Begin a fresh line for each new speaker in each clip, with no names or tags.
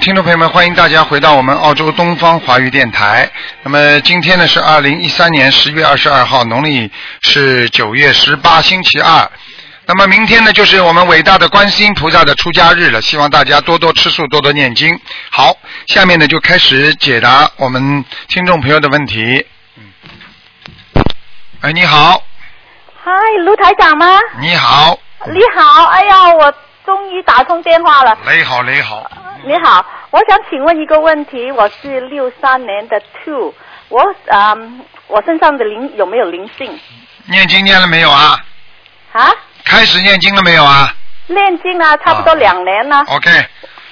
听众朋友们，欢迎大家回到我们澳洲东方华语电台。那么今天呢是二零一三年十月二十二号，农历是九月十八，星期二。那么明天呢就是我们伟大的观世音菩萨的出家日了，希望大家多多吃素，多多念经。好，下面呢就开始解答我们听众朋友的问题。嗯，哎，你好，
嗨，卢台长吗？
你好，
你好，哎呀，我终于打通电话了。
雷好，雷好，
你好，我想请问一个问题，我是六三年的 two，我啊、嗯我身上的灵有没有灵性
念经念了没有啊？
啊？
开始念经了没有啊
念经啊，差不多两年了，
？OK，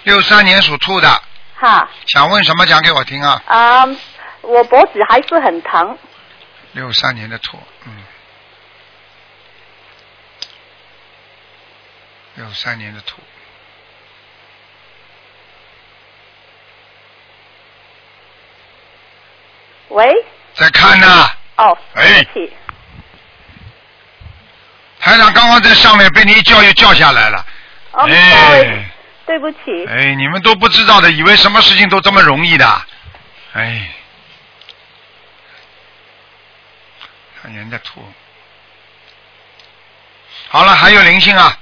六三年属兔的，
哈，
想问什么讲给我听啊？
啊、我脖子还是很疼，
六三年的兔，嗯，六三年的兔，
喂，
在看呢、
哦，
哎
对不起，
台长刚刚在上面被你一叫又叫下来了，
哦、
哎
sorry，对不起，
哎，你们都不知道的，以为什么事情都这么容易的，哎，看人家吐。好了，还有灵性啊，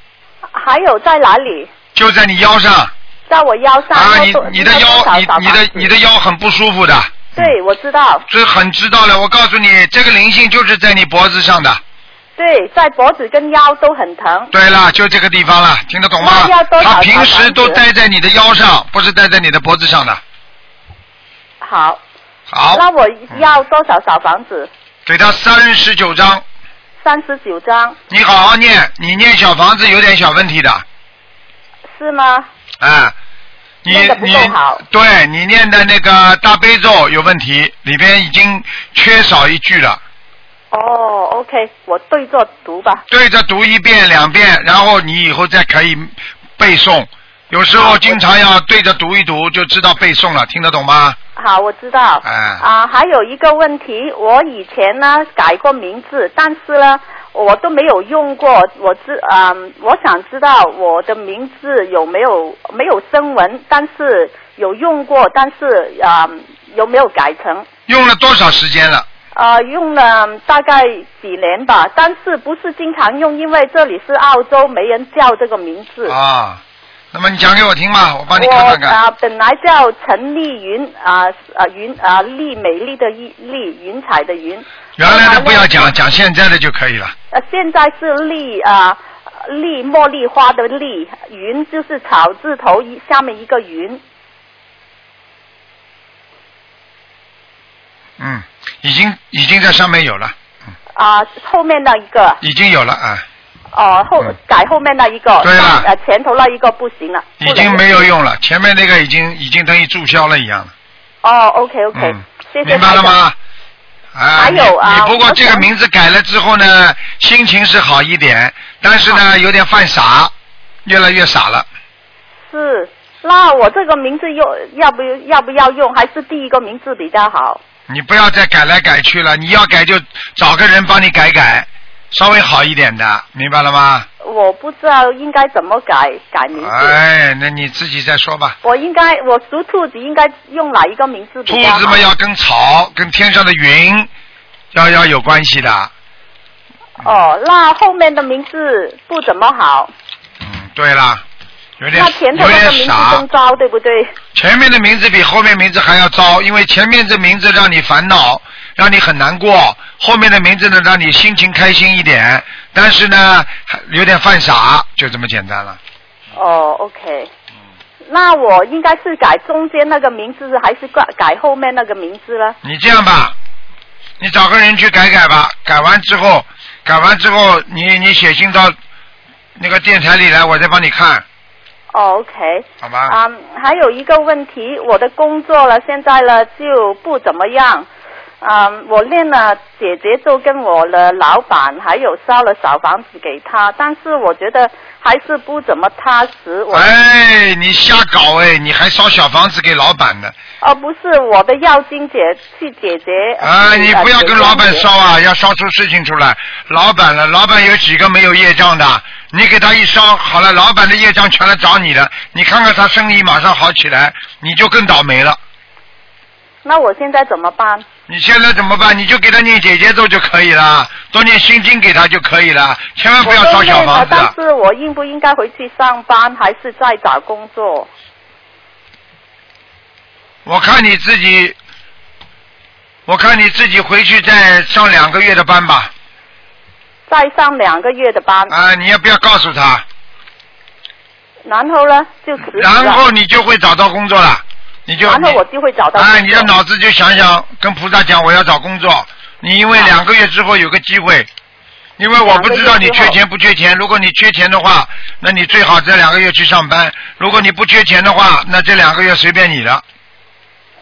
还有在哪里？
就在你腰上
在我腰上，
啊，
要
你
多
你的
要多
腰，
少
你
小
你的
房子
你的腰很不舒服的，
对，我知道，
这很知道了。我告诉你，这个灵性就是在你脖子上的。
对，在脖子跟腰都很疼，
对了，就这个地方了，听得懂吗
那要？多少
它平时都
小房子
待在你的腰上，不是待在你的脖子上的。
好，
好，嗯
那我要多少小房子？
给他三十九章。
三十九张
你好好念，你念小房子有点小问题的，
是吗？
啊，你
念得不
你
够好
对你念的那个大悲咒有问题，里边已经缺少一句了。
哦，OK，我对着读吧。
对着读一遍两遍，然后你以后再可以背诵。有时候经常要对着读一读，就知道背诵了，听得懂吗？
好，我知道。
哎
啊，还有一个问题，我以前呢改过名字，但是呢我都没有用过。我知啊、我想知道我的名字有没有没有声纹，但是有用过，但是啊、有没有改成？
用了多少时间了？
呃，用了大概几年吧，但是不是经常用，因为这里是澳洲，没人叫这个名字。
啊，那么你讲给我听吧，我帮你
我
看看看。
啊、本来叫陈丽云啊啊云啊丽美丽的丽丽云彩的云。
原来的不要
后
讲，
来呢。
讲现在的就可以了。
呃，现在是丽啊丽茉莉花的丽云，就是草字头一下面一个云。
嗯，已经已经在上面有了，
啊、后面那一个，
已经有了啊，
哦、后、
嗯
改后面那一个，
对了
呃，前头那一个不行了，
已经
不能
没有用了。前面那个已经已经等于注销了一样了。
哦，OK OK，、
嗯，
谢谢
明白了
台长？
吗？啊，
还有啊
你你不过
我
这个
想
名字改了之后呢，心情是好一点，但是呢，有点犯傻，越来越傻了。
是，那我这个名字用要不要不要用，还是第一个名字比较好？
你不要再改来改去了，你要改就找个人帮你改改，稍微好一点的，明白了吗？
我不知道应该怎么改改名字。
哎，那你自己再说吧。
我应该，我属兔子，应该用哪一个名字比
兔
较好？
子嘛要跟草、跟天上的云要要有关系的。
哦，那后面的名字不怎么好，
嗯，对了，有点
那前头
有
那个
点
名字
傻
更。糟，对不对？
前面的名字比后面名字还要糟，因为前面这名字让你烦恼，让你很难过；后面的名字呢，让你心情开心一点，但是呢，还有点犯傻，就这么简单了。
哦，OK。那我应该是改中间那个名字，还是改改后面那个名字呢？
你这样吧，你找个人去改改吧，改完之后，改完之后，你你写信到那个电台里来，我再帮你看，
哦，OK。
好吗？
啊、还有一个问题，我的工作了，现在呢就不怎么样。啊、我练了姐姐就跟我的老板，还有烧了小房子给他，但是我觉得还是不怎么踏实。我、
哎，你瞎搞哎，你还烧小房子给老板呢？
哦，不是我的要经姐去姐姐。
啊，
去
你
呃
不要
姐
跟
姐
老板啊
姐
烧啊，要烧出事情出来。老板了，老板有几个没有业障的？你给他一烧好了，老板的业障全来找你了，你看看他生意马上好起来，你就更倒霉了。
那我现在怎么办？
你现在怎么办？你就给他念姐姐咒就可以了，多念心经给他就可以了，千万不要烧小
我
房
都
子
累了
啊。
但是我应不应该回去上班，还是再找工作？
我看你自己，我看你自己回去再上两个月的班吧。
再上两个月的班，
啊、你也不要告诉他，
然后呢就辞职了
然后你就会找到工作了，你就
然后
你
我就会找到工
啊，
作。
你的脑子就想想，跟菩萨讲我要找工作。你因为两个月之后有个机会，因为我不知道你缺钱不缺钱。如果你缺钱的话，那你最好这两个月去上班；如果你不缺钱的话，那这两个月随便你了。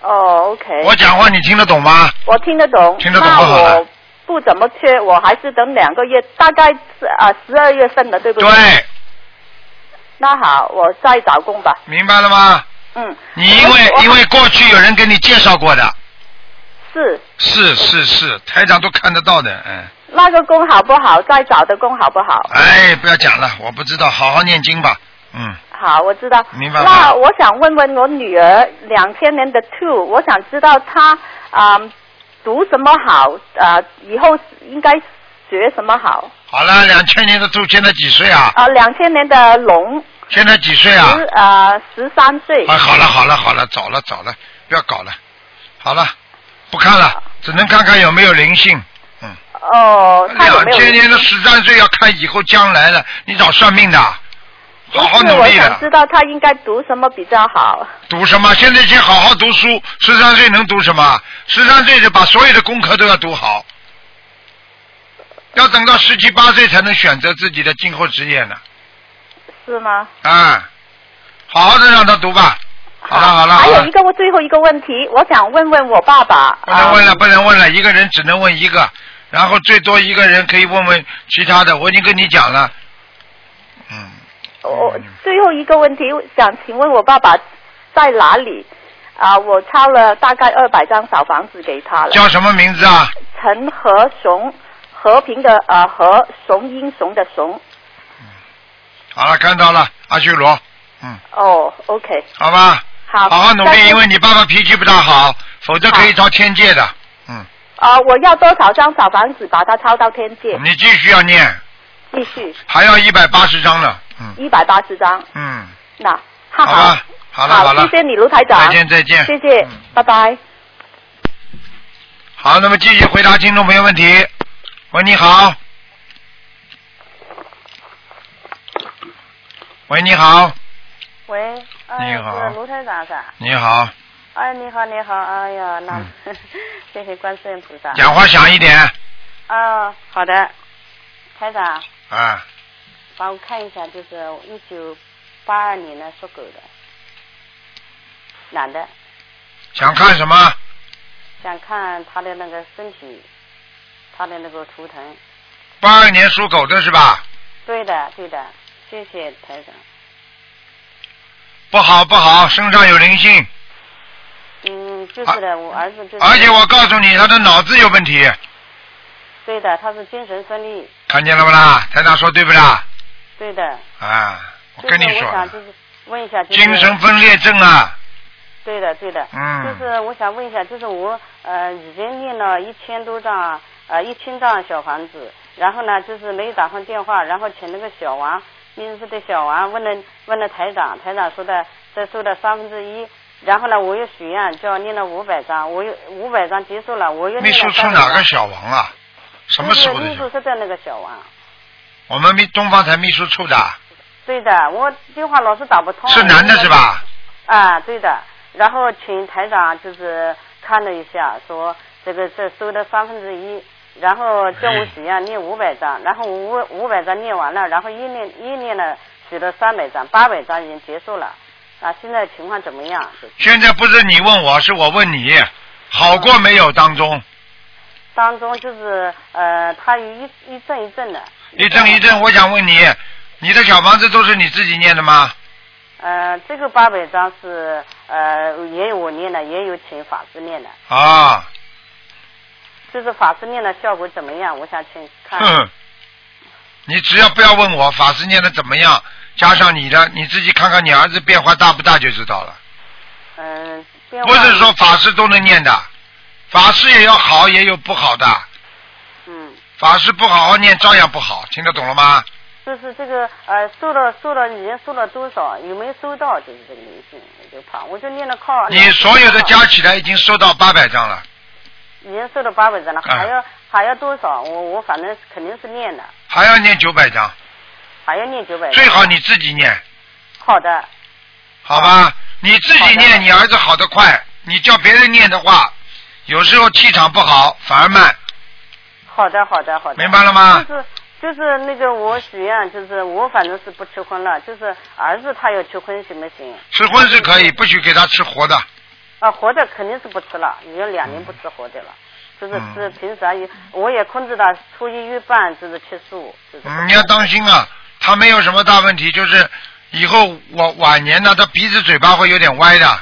哦，OK，
我讲话你听得懂吗？
我听得懂，
听得懂
那
不好啊
我不怎么缺，我还是等两个月，大概是啊十二月份的，对不对？
对，
那好，我再找工吧。
明白了吗？
嗯。
你因为
我
因为过去有人跟你介绍过的，
是
是是是，台长都看得到的，嗯。
那个工好不好，再找的工好不好？
哎，不要讲了，我不知道，好好念经吧，嗯。
好，我知道。
明白吗
那我想问问我女儿，两千年的 two，我想知道她啊、读什么好啊、以后应该学什么好？
好了，两千年的猪现在几岁啊？
啊、两千年的龙
现在几岁啊
十？啊十三岁。
啊，好了好了好了，早了早了，不要搞了，好了，不看了，只能看看有没有灵性。嗯，
哦，她有
两
没有？
千年的十三岁要看以后将来了，你找算命的啊，
不
好好
是，
努
我
力
想
的
知。道她应该读什么比较好。
读什么？现在先好好读书，十三岁能读什么？十三岁是把所有的功课都要读好，要等到十七八岁才能选择自己的今后职业呢。
是吗？
啊、好好的让他读吧。好了好了
还
好
有
了
一，个我最后一个问题，我想问问我爸爸。
不能问了
嗯
不能问了，一个人只能问一个，然后最多一个人可以问问其他的。我已经跟你讲了，嗯，
我、最后一个问题，想请问我爸爸在哪里？啊，我抄了大概二百张小房子给他了。
叫什么名字啊？
陈和雄，和平的呃和，雄英雄的雄。
好了，看到了，阿修罗，嗯，
哦，OK，
好吧，
好。
好好努
但
力，
是
因为你爸爸脾气不大好，否则可以遭天界的。嗯，
啊、我要多少张小房子把它抄到天界？
你继续要念，
继续
还要一百八十章呢。嗯
一百八十张。
嗯，
那哈
好吧，好了了，
谢谢你卢台长，
再见再见，
谢谢，
嗯
拜拜。
好，那么继续回答听众朋友问题。喂，你好。喂，你好，
喂，哎呀
你好
是卢台长是吧？
你好，
哎，你好，你好，哎呀，那、 谢谢观世音菩萨。
嗯讲话响一点
啊，好的，台长，
啊，
帮我看一下，就是一九八二年的属狗的，男的，
想看什么？
想看他的那个身体，他的那个图腾。
八二年属狗的是吧？
对的，对的，谢谢台长。
不好不好，身上有灵性，
嗯，就是的，我儿子就是。
啊而且我告诉你，他的脑子有问题，
对的，他是精神分裂，
看见了不啦？台长说对不啦？
对的。
啊，我
就
跟
是
你
我想就
说，啊
是问一下，就是
精神分裂症啊，
对的，对的，
嗯
就是我想问一下，就是我呃已经念了一千多张呃一千张小房子，然后呢就是没有打上电话，然后请那个小王，面试的小王问了问了台长，台长说的这收了三分之一，然后呢我又许愿叫念了五百张，我又五百张结束了，我又
没
念
说
了
出
三
哪个小王啊？什么时候的
秘书
事？
是在那个小王，
我们秘东方台秘书处的。
哦对的，我电话老是打不通，
是男的是吧？
啊，对的。然后请台长就是看了一下，说这个这收的三分之一，然后叫我许愿念五百 张，然后我五五百张念完了，然后一念一念了许了三百张，八百张已经结束了。啊，现在情况怎么样？
现在不是你问我，是我问你，好过没有？当中
嗯当中就是呃，他有一一阵一阵的。
一阵一。阵，我想问你，你的小房子都是你自己念的吗？
呃，这个八百张是呃也有我念的，也有请法师念的。
啊，
嗯
嗯
就是法师念的效果怎么样？我想请看。
哼，你只要不要问我法师念的怎么样，加上你的，你自己看看你儿子变化大不大就知道了。
嗯、变化
不是说法师都能念的，法师也有好也有不好的，
嗯，
法师不好好念照样不好，听得懂了吗？
就是这个呃，收了收了，已经收了多少？有没有收到？就是这个灵性，我就怕，我就念了靠。
你所有的加起来已经收到八百张了，
已经收了八百张了，
啊
还要、还要多少？我我反正肯定是念的，
还要念九百张，
还要念九百。
最好你自己念，
好的，
好吧？你自己
好的
念，你儿子好得快。你叫别人念的话，有时候气场不好反而慢。
好的，好的，好的。
明白了吗
就是就是那个我许愿，就是我反正是不吃荤了，就是儿子他要吃荤行不行？
吃荤是可以，
嗯
不许给他吃活的。
啊，活的肯定是不吃了，已经两年不吃活的了。
嗯
就是吃，平时啊也我也控制到初一月半就是吃素，就是。
嗯你要当心啊，他没有什么大问题，就是以后我晚年呢，他鼻子嘴巴会有点歪的，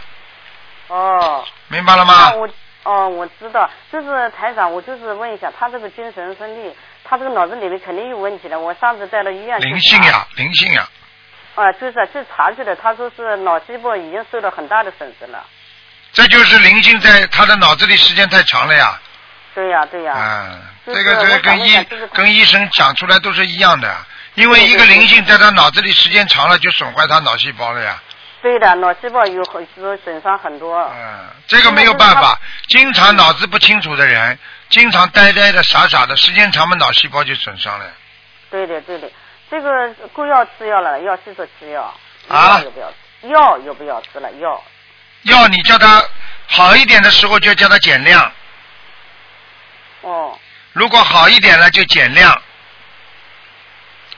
哦。
明白了吗
那？我哦，我知道，就是台长，我就是问一下，他这个精神分裂，他这个脑子里面肯定有问题的。我上次带到医院去查
灵性呀，灵性呀，
啊、就是啊去查去了，他说是脑细胞已经受了很大的损失了。
这就是灵性在他的脑子里时间太长了呀。
对呀、对呀、
嗯，
就
这
是
个这个
我想
跟
问一下
医
就是
跟医生讲出来都是一样的，因为
对
一个
对对
灵性在他脑子里时间长了，就损坏他脑细胞了呀。
对的，脑细胞有很有损伤很多。
嗯，这个没有办法，经常脑子不清楚的人，经常呆呆的、傻傻的，时间长嘛，脑细胞就损伤了。
对的，对的，这个够要吃药了，要记着吃药。
啊
药要不要吃？药要不要吃了？药。
要你叫他好一点的时候就叫他减量，
哦。
如果好一点了就减量。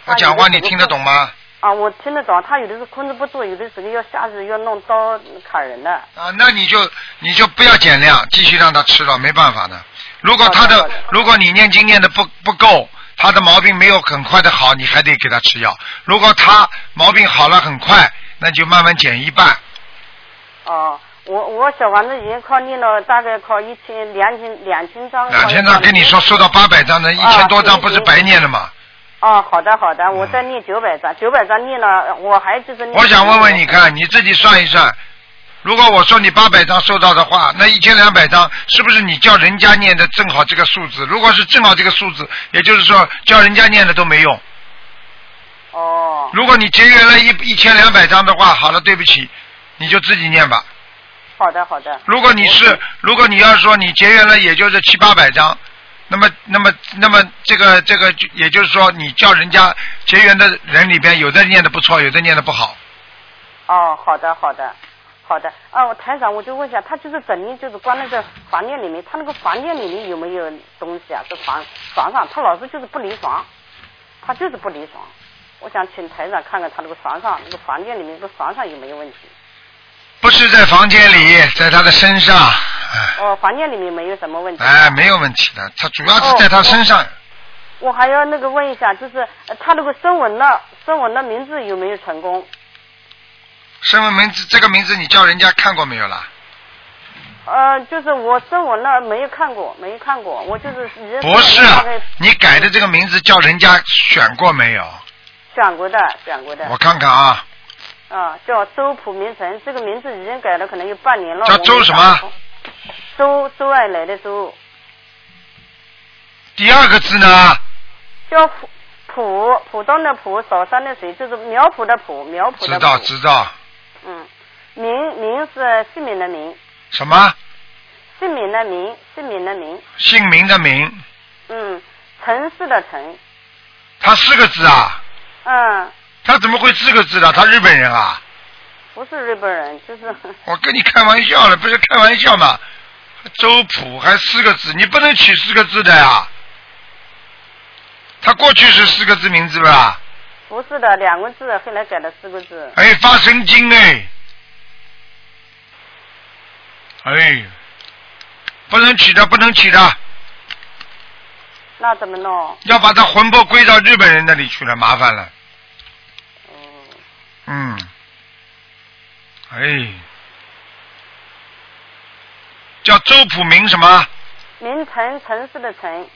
我讲话你听得懂吗？
啊，我听得懂，他有的是控制不住，有的时候要下去要弄刀砍人的。
啊，那你就你就不要减量，继续让他吃了，没办法的。如果他
好
的
的好的
如果你念经念的不不够，他的毛病没有很快的好，你还得给他吃药。如果他毛病好了很快，那就慢慢减一半。
哦，我我小房子已经靠念了大概靠一千两千两千张。
两千张跟你说收到八百张的，一千多
啊
张不是白念了吗？
哦，好的好的，我再念九百张，九百张念了，我还就是念。
嗯我想问问你看，你自己算一算，如果我说你八百张收到的话，那一千两百张是不是你叫人家念的正好这个数字？如果是正好这个数字，也就是说叫人家念的都没用。
哦
如果你节约了一一千两百张的话，好了，对不起，你就自己念吧。
好的好的。
如果你是，如果你要说你节约了，也就是七八百张，那么那么那么这个这个，就也就是说你叫人家结缘的人里边，有的念的不错，有的念的不好。
哦，好的好的。好的，啊，我台长，我就问一下，他就是整天就是关那个房间里面，他那个房间里面有没有东西啊？这床床上，他老是就是不离床，他就是不离床。我想请台长看看他那个床上，那个房间里面那个床上有没有问题？
不是在房间里，在他的身上，哎
哦，房间里面没有什么问题。
哎，没有问题的。他主要是在他身上，
我还要那个问一下，就是呃他那个声纹的声纹的名字有没有成功？
身份名字这个名字你叫人家看过没有啦？
呃，就是我声纹的没有看过，没有看过，我就是已经
不是啊
大概，
你改的这个名字叫人家选过没有？
选过的，选过的
我看看啊。
啊，叫周普明成，这个名字已经改了，可能有半年了。
叫周
我没
什么
改过？周周爱来的周，
第二个字呢？
叫普普浦东的浦，少山的水，就是苗圃的圃，苗圃的
知
圃。
道知道。
嗯，明明是姓名的名，
什么
姓名的名，姓名的名。
姓名的名？
嗯，城市的城，
他四个字啊？
嗯，
他怎么会四个字的？他日本人啊？
不是日本人，就是
我跟你开玩笑了，不是开玩笑嘛？周普还四个字，你不能取四个字的呀。他过去是四个字名字吧？
不是的两个字，后来改了四个字。
哎，发神经哎！哎，不能取的，不能取的，
那怎么弄？
要把他魂魄归到日本人那里去了，麻烦了。
嗯，
嗯，哎，叫周普明什么？
名城城市的城，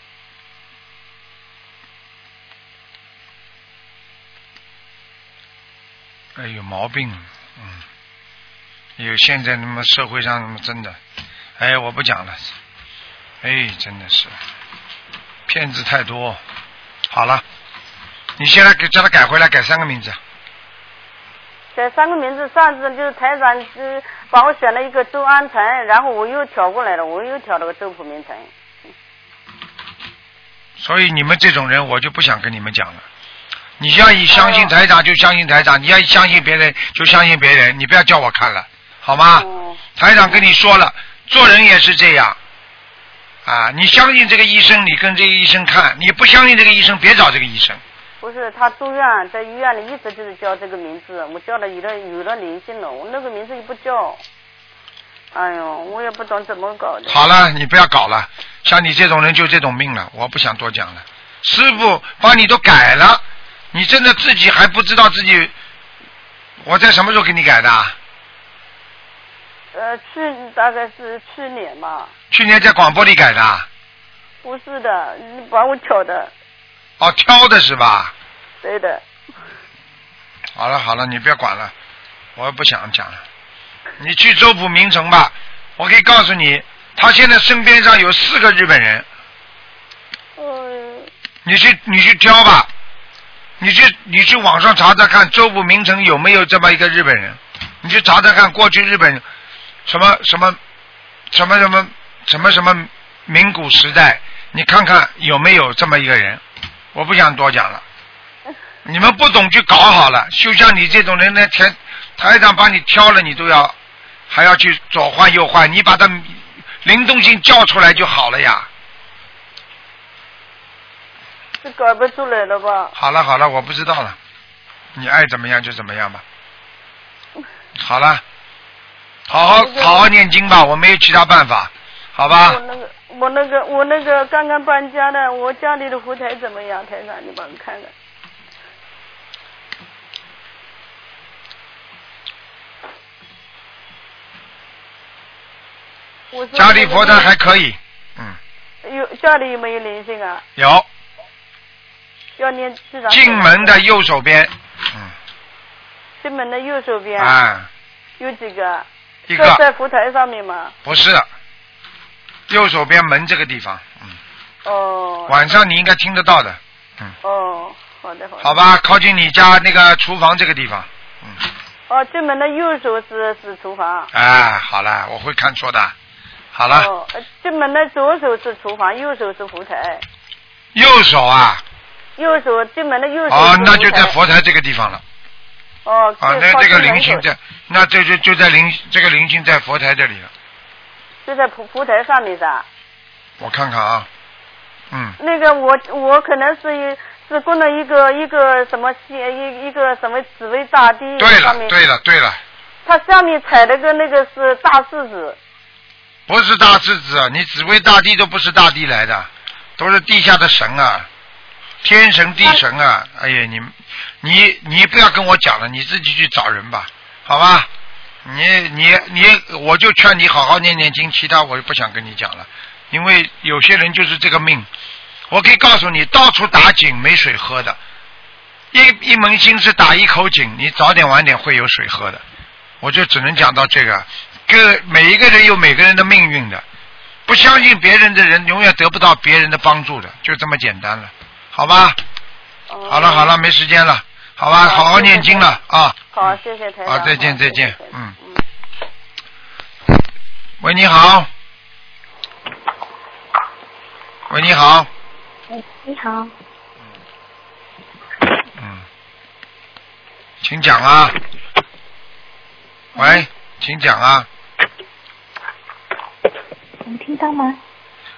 哎，有毛病，嗯，有现在那么社会上那么真的，哎，我不讲了，哎，真的是骗子太多。好了，你现在给叫他改回来，改三个名字，
这三个名字，上次就是台长是把我选了一个周安成，然后我又调过来了，我又调了个周朴明成。
所以你们这种人，我就不想跟你们讲了。你要一相信台长就相信台长，你要一相信别人就相信别人，你不要叫我看了，好吗？
哦
台长跟你说了，做人也是这样，啊，你相信这个医生，你跟这个医生看；你不相信这个医生，别找这个医生。
不是，他住院在医院里一直就是叫这个名字，我叫了有了有了灵性了，我那个名字也不叫。哎呦，我也不懂怎么搞的。
好了，你不要搞了，像你这种人就这种命了，我不想多讲了。师傅把你都改了，你真的自己还不知道自己，我在什么时候给你改的啊？
呃，去大概是去年吧，
去年在广播里改的啊，
不是的，你把我挑的，
哦，挑的是吧？
对的。
好了好了，你不要管了，我不想讲了。你去周普明城吧，我可以告诉你，他现在身边上有四个日本人，
嗯，
你去你去挑吧，你去你去网上查查看周普明城有没有这么一个日本人，你去查查看过去日本什么什么什么什么什么什么名古时代，你看看有没有这么一个人，我不想多讲了。你们不懂去搞好了，就像你这种人呢，台台长把你挑了，你都要还要去左换右换，你把他灵动性叫出来就好了呀。
是搞不出来了吧？
好了好了，我不知道了，你爱怎么样就怎么样吧。好了，好好好好念经吧，我没有其他办法，好吧
我？那个，我那个，我那个刚刚搬家的，我家里的佛台怎么样？台长，你帮我看看。我说
家里佛台还
那
可以，嗯，
个有家里有没有灵性啊？
有
要念至少
进门的右手边，嗯，
进门的右手边、
啊，
有几个？
一
在
个
在佛台上面嘛。
不是，右手边门这个地方，嗯，
哦
晚上你应该听得到的，
哦，好的好的。
好吧？靠近你家那个厨房这个地方，
哦，进门的右手是是厨房。
哎，好了，我会看错的，好了。
哦，呃进门的左手是厨房，右手是佛台，
右手啊，
右手进门的右手是
哦，那就在
佛台。
佛台这个地方了。
哦，
啊，
就
那
靠
这个
近
灵
门
性
口
在，那这就就在灵这个灵性在佛台这里了。
就在佛佛台上面噻。
我看看啊，嗯，
那个我我可能是是供了一个一个什么仙一一个什么紫薇大帝
对
嗯上
了，
面，
对了，对了，
它下面踩了个那个是大柿子，
不是大智子，你紫薇大帝都不是大帝来的，都是地下的神啊，天神地神啊。哎呀，你你你不要跟我讲了，你自己去找人吧，好吧？你你你，我就劝你好好念念经，其他我就不想跟你讲了，因为有些人就是这个命。我可以告诉你，到处打井没水喝的，一一门心思打一口井，你早点晚点会有水喝的。我就只能讲到这个，各每一个人有每个人的命运的，不相信别人的人永远得不到别人的帮助的，就这么简单了，好吧？
哦
好了好了，，没时间了，好吧？好
好
好
谢谢
念经了啊！
好，谢谢台长，
好再见
好谢谢
再见
台长
嗯
嗯。
喂，你好。喂，你好。
喂，哎你好，
嗯，请讲啊。喂，请讲啊。
能听到吗？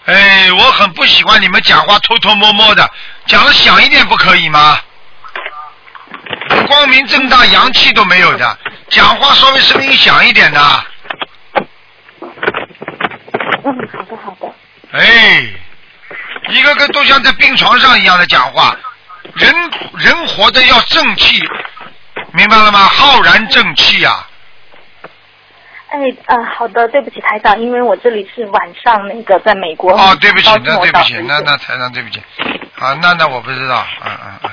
哎，我很不喜欢你们讲话偷偷摸摸的，讲的响一点不可以吗？光明正大、阳气都没有的，讲话稍微声音响一点的。
嗯，好的好的。
哎，一个个都像在病床上一样的讲话，人人活着要正气，明白了吗？浩然正气啊！
哎，呃，好的，对不起台长，因为我这里是晚上那个在美国。
哦，对不起
高，兴
那
我
对不
早
起
睡，
那那台长对不起，啊，那那我不知道，嗯嗯嗯，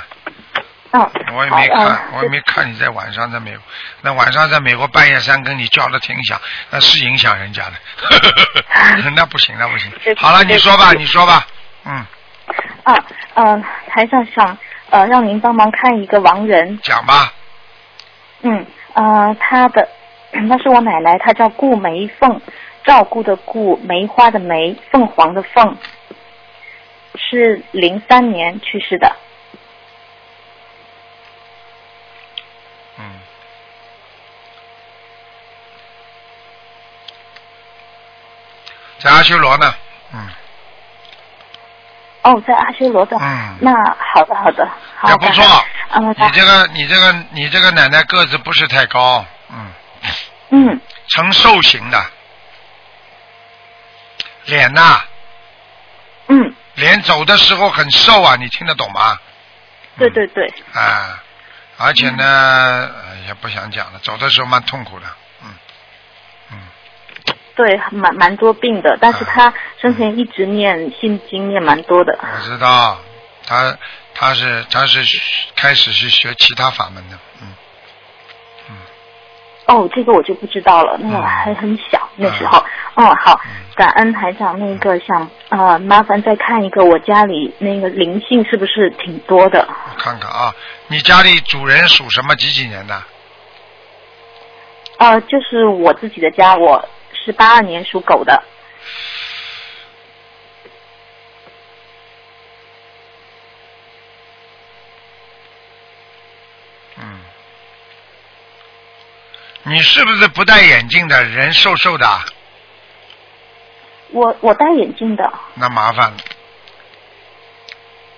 嗯嗯，
我也没看，
好嗯
我也没看你在晚上在美国，那晚上在美国半夜三更你叫的挺响，那是影响人家的， 那不行，那不行
对。不起
好了，你说吧，
对不起
你说吧，嗯，
啊，嗯、台长想呃让您帮忙看一个亡人，
讲吧，
嗯，呃，他的 那是我奶奶，她叫顾梅凤，照顾的顾，梅花的梅，凤凰的凤，是零三年去世的。
嗯。在阿修罗呢，嗯
哦，在阿修罗的。
嗯，
那好的，好的，好。
也不错
感恩。嗯，
你这个你这个你这个奶奶个子不是太高，嗯，
嗯，
呈瘦型的，脸呐、
嗯，
脸走的时候很瘦啊，你听得懂吗？
对对对，
啊，而且呢、呃也不想讲了，走的时候蛮痛苦的，嗯嗯，
对，蛮蛮多病的，但
啊
是
嗯
他生前一直念心经，念蛮多的。
我知道，他他是他是开始是学其他法门的，嗯，
哦，这个我就不知道了，那
嗯
我还很小那时候。哦，好，感恩台长，那个想呃，麻烦再看一个我家里那个灵性是不是挺多的？
我看看啊，你家里主人属什么几几年的？
呃，就是我自己的家，我是八二年属狗的。
嗯，你是不是不戴眼镜的人瘦瘦的啊？
我我戴眼镜的，
那麻烦了。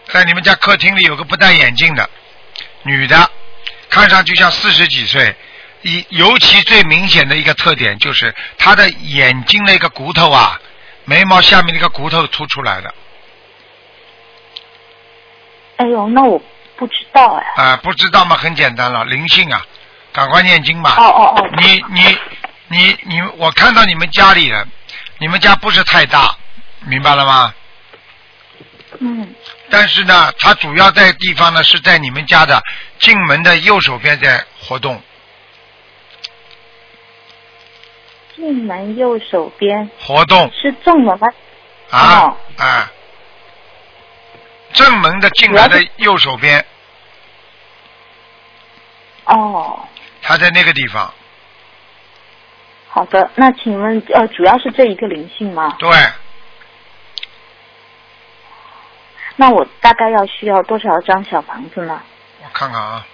在你们家客厅里有个不戴眼镜的女的，看上去像四十几岁。一尤其最明显的一个特点就是她的眼睛那个骨头啊，眉毛下面那个骨头凸出来的
哎呦，那我不知道哎。
啊、不知道嘛，很简单了，灵性啊，赶快念经吧。
哦哦哦，
你你你你，我看到你们家里人，你们家不是太大，明白了吗？
嗯，
但是呢，它主要在地方呢是在你们家的进门的右手边在活动，
进门右手边
活动
是正门吗？
啊
哦
啊，正门的进来
主要
的右手边，
哦，
它在那个地方，
好的，那请问呃，主要是这一个灵性吗？
对，
那我大概要需要多少张小房子呢？
我看看啊，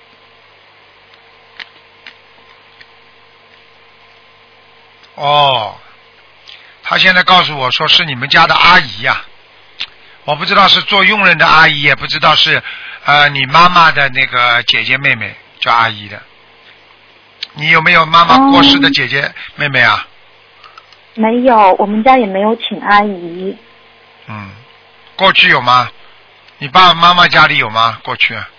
哦，他现在告诉我说是你们家的阿姨呀、我不知道是做佣人的阿姨，也不知道是呃你妈妈的那个姐姐妹妹叫阿姨的。你有没有妈妈过世的姐姐妹妹啊？
没有，我们家也没有请阿姨。
嗯，过去有吗？你爸爸妈妈家里有吗？过去？啊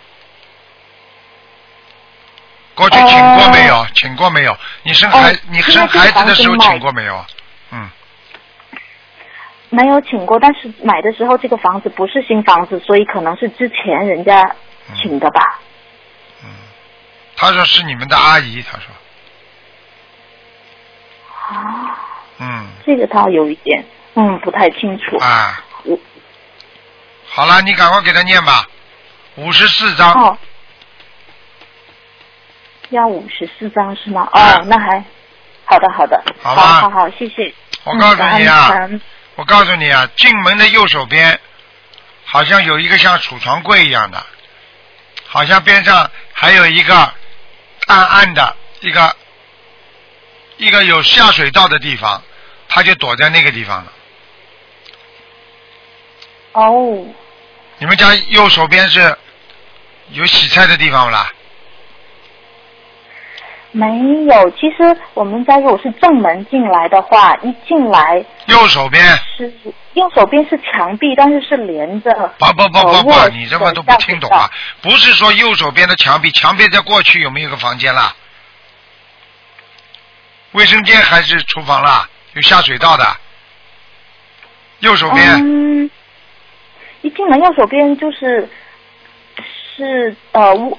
过去请过没有？请过没有？你生孩、
呃哦
你生孩子的时候请过没有？嗯，
没有请过，但是买的时候这个房子不是新房子，所以可能是之前人家请的吧。
嗯他说是你们的阿姨，他说，
啊，
嗯
这个倒有一点，嗯，不太清楚。
啊
我，
好了，你赶快给他念吧，五十四章，
哦，要五十四张是吗？哦，
啊
那还好的，好的，
好吧
好好好，谢谢。
我告诉你啊
嗯感恩
我告诉你啊，进门的右手边好像有一个像储藏柜一样的，好像边上还有一个暗暗的一个一个有下水道的地方，他就躲在那个地方了。
哦，
你们家右手边是有洗菜的地方不啦？
没有，其实我们家如果是正门进来的话，一进来
右手边，
是右手边是墙壁，但是是连着。
不不不
呃
不
卧
不，
室
你这么都不听懂啊
下水道？
不是说右手边的墙壁，墙壁在过去有没有个房间啦？卫生间还是厨房啦？有下水道的。右手边，
嗯，一进门右手边就是是呃卧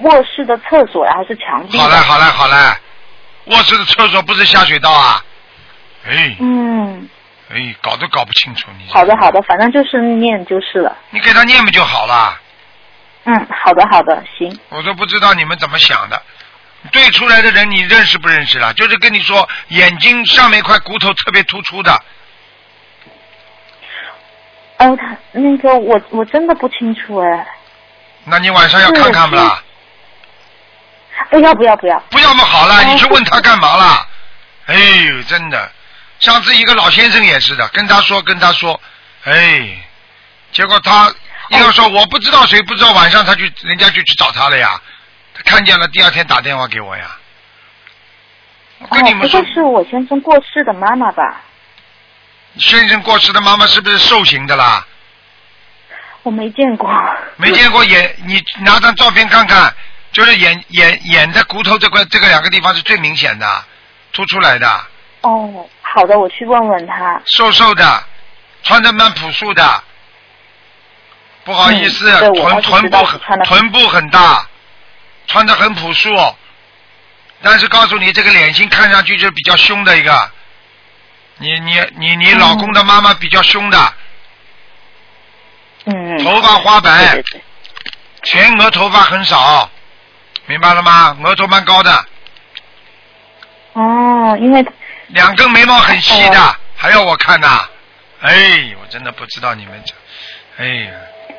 卧室的厕所，然后是墙壁。
好嘞，。好嘞，好嘞。卧室的厕所不是下水道啊？哎
嗯，
哎，搞都搞不清楚你。
好的好的，反正就是念就是了。
你给他念不就好了？
嗯，好的好的，行。
我都不知道你们怎么想的。对出来的人你认识不认识了？就是跟你说，眼睛上面一块骨头特别突出的，
哦，他那个我我真的不清楚哎，
那你晚上要看看不啦？
哎要不要不要？
不要么好了，
哦
你去问他干嘛啦？哎呦，真的，上次一个老先生也是的，跟他说跟他说，哎，结果他一个说我不知道谁不知道，晚上他去人家就去找他了呀，他看见了，第二天打电话给我呀。我
哦
跟你，们
不
说，
会是我先生过世的妈妈吧？
先生过世的妈妈是不是受刑的啦？
我没见过。
没见过眼，你拿张照片看看，就是眼眼眼的骨头这块这个两个地方是最明显的，凸出来的。
哦，好的，我去问问他。
瘦瘦的，穿的蛮朴素的。不好意思，
嗯对我
臀
还是
臀
知
部
道
很
穿得很
臀部很大，穿的很朴素，但是告诉你，这个脸型看上去就是比较凶的一个。你你你你
嗯
老公的妈妈比较凶的，
嗯。
头发花白，
对对对。
前额头发很少，明白了吗？额头蛮高的，
哦，因为
两根眉毛很细的，
哦
还要我看呐、哎，我真的不知道你们这，哎呀。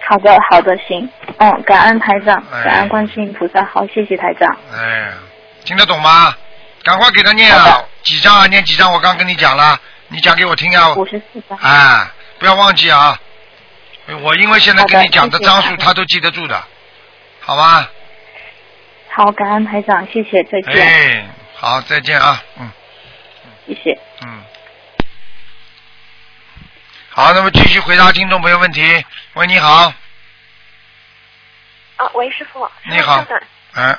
好的好的行，嗯，感恩台长，
哎
感恩观世音菩萨，好，谢谢台长。
哎呀，听得懂吗？赶快给他念
好
啊
的，
几张啊？念几张？我刚跟你讲了，你讲给我听啊。
五十四张，
哎，不要忘记啊！我因为现在跟你讲的
好的谢谢
张数，他都记得住的，好吧？
好，感恩台长，谢谢，再见，
哎，好，再见啊，嗯
谢谢。
嗯。好，那么继续回答听众朋友问题。喂，你好，
啊，喂，师傅，师傅
你好
稍等。
哎，
啊，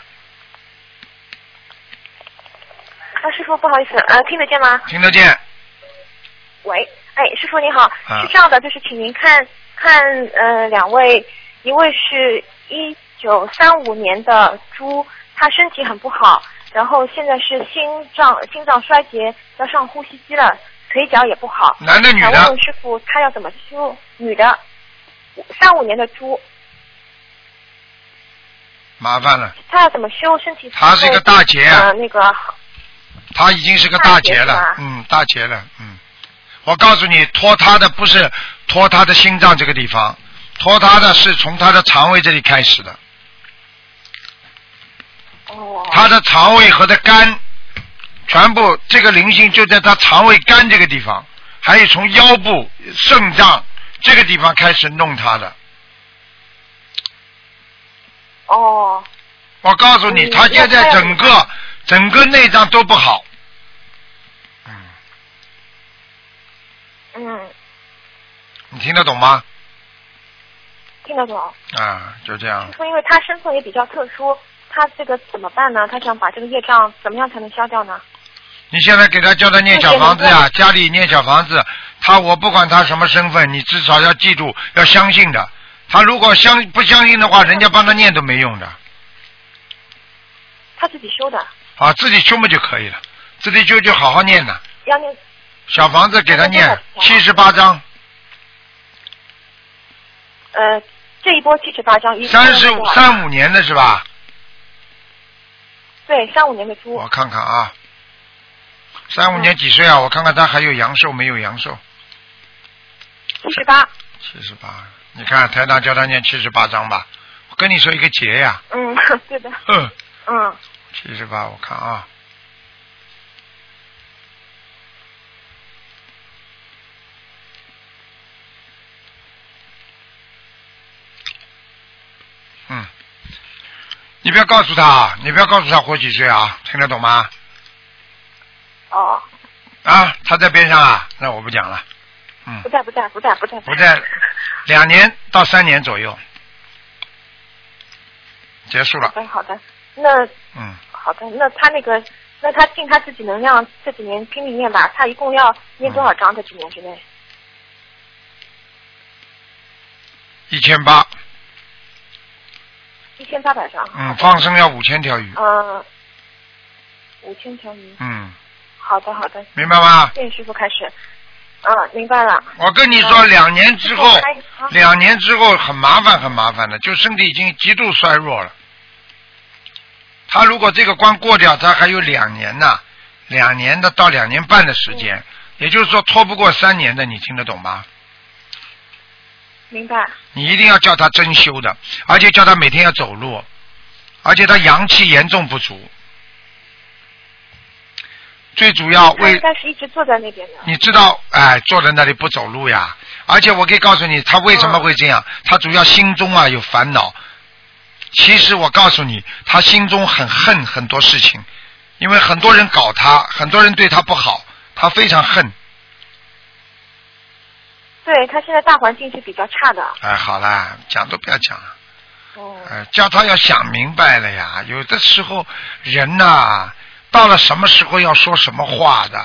师傅，不好意思，呃，听得见吗？
听得见？
喂，哎，师傅你好，
啊
是这样的，就是请您看看，呃，两位，一位是一九三五年的猪，他身体很不好，然后现在是心脏心脏衰竭，要上呼吸机了，腿脚也不好。
男嗯的女
想问
的？
问师傅，他要怎么修？女的，三五年的猪，
麻烦了，
他要怎么修？身体
他是一个大姐啊
呃，那个
他已经是个大劫
大劫
了
是吧，
嗯，大劫了，嗯。我告诉你，拖他的不是拖他的心脏这个地方，拖他的是从他的肠胃这里开始的，
哦，
他的肠胃和他肝，全部这个灵性就在他肠胃、肝这个地方，还有从腰部、肾脏这个地方开始弄他的。
哦，
我告诉你，
嗯
他现在
那他要
整个整个内脏都不好，嗯，
嗯，
你听得懂吗？
听得懂。
啊，就这样
师。傅，因为他身份也比较特殊，他这个怎么办呢？他想把这个业障怎么样才能消掉呢？
你现在给他叫他念小房子呀、家里念小房子，他我不管他什么身份，你至少要记住，要相信的。他如果相不相信的话，人家帮他念都没用的
他自己修的，
啊，自己修嘛就可以了，自己修就好好念呐。
要念
小房子给他念
那
七
多
十八章，
呃这一波七十八张，一
三十
共
五
多少
三五年的是吧？
对三五年的猪
我看看啊，三五年几岁啊？我看看他还有阳寿没有阳寿？
七十八，
七十八，你看台长叫他念七十八章吧。我跟你说一个劫呀、
嗯， 对的，
嗯，
嗯，
七十八，我看啊。嗯，你不要告诉他啊，你不要告诉他活几岁啊，听得懂吗？
哦，
啊，他在边上啊，那我不讲了。嗯
不，在不在不在不在
不在，两年到三年左右，结束了。
哎好的，那
嗯，
好的，那他那个。那他尽他自己能量，这几年拼命念吧。他一共要念多少章？这几年之内，
一千八，
一千下百张。
嗯，放生要五千条鱼。
嗯，五千条鱼。
嗯，
好的，好的，
明白吗？
谢谢师傅开始。嗯，明白了。
我跟你说，
嗯
两年之后
师傅开，好
两年之后很麻烦，很麻烦的，就身体已经极度衰弱了。他如果这个关过掉，他还有两年呐，两年的到两年半的时间，也就是说拖不过三年的，你听得懂吗？
明白。
你一定要叫他真修的，而且叫他每天要走路，而且他阳气严重不足。最主要
他
为
应该是一直坐在那边的。
你知道，哎，坐在那里不走路呀。而且我可以告诉你，他为什么会这样？他主要心中啊有烦恼。其实我告诉你，他心中很恨很多事情，因为很多人搞他，很多人对他不好，他非常恨。
对他现在大环境是比较差的。
哎，好啦，讲都不要讲了。
哦、
呃，叫他要想明白了呀。有的时候人呐、到了什么时候要说什么话的，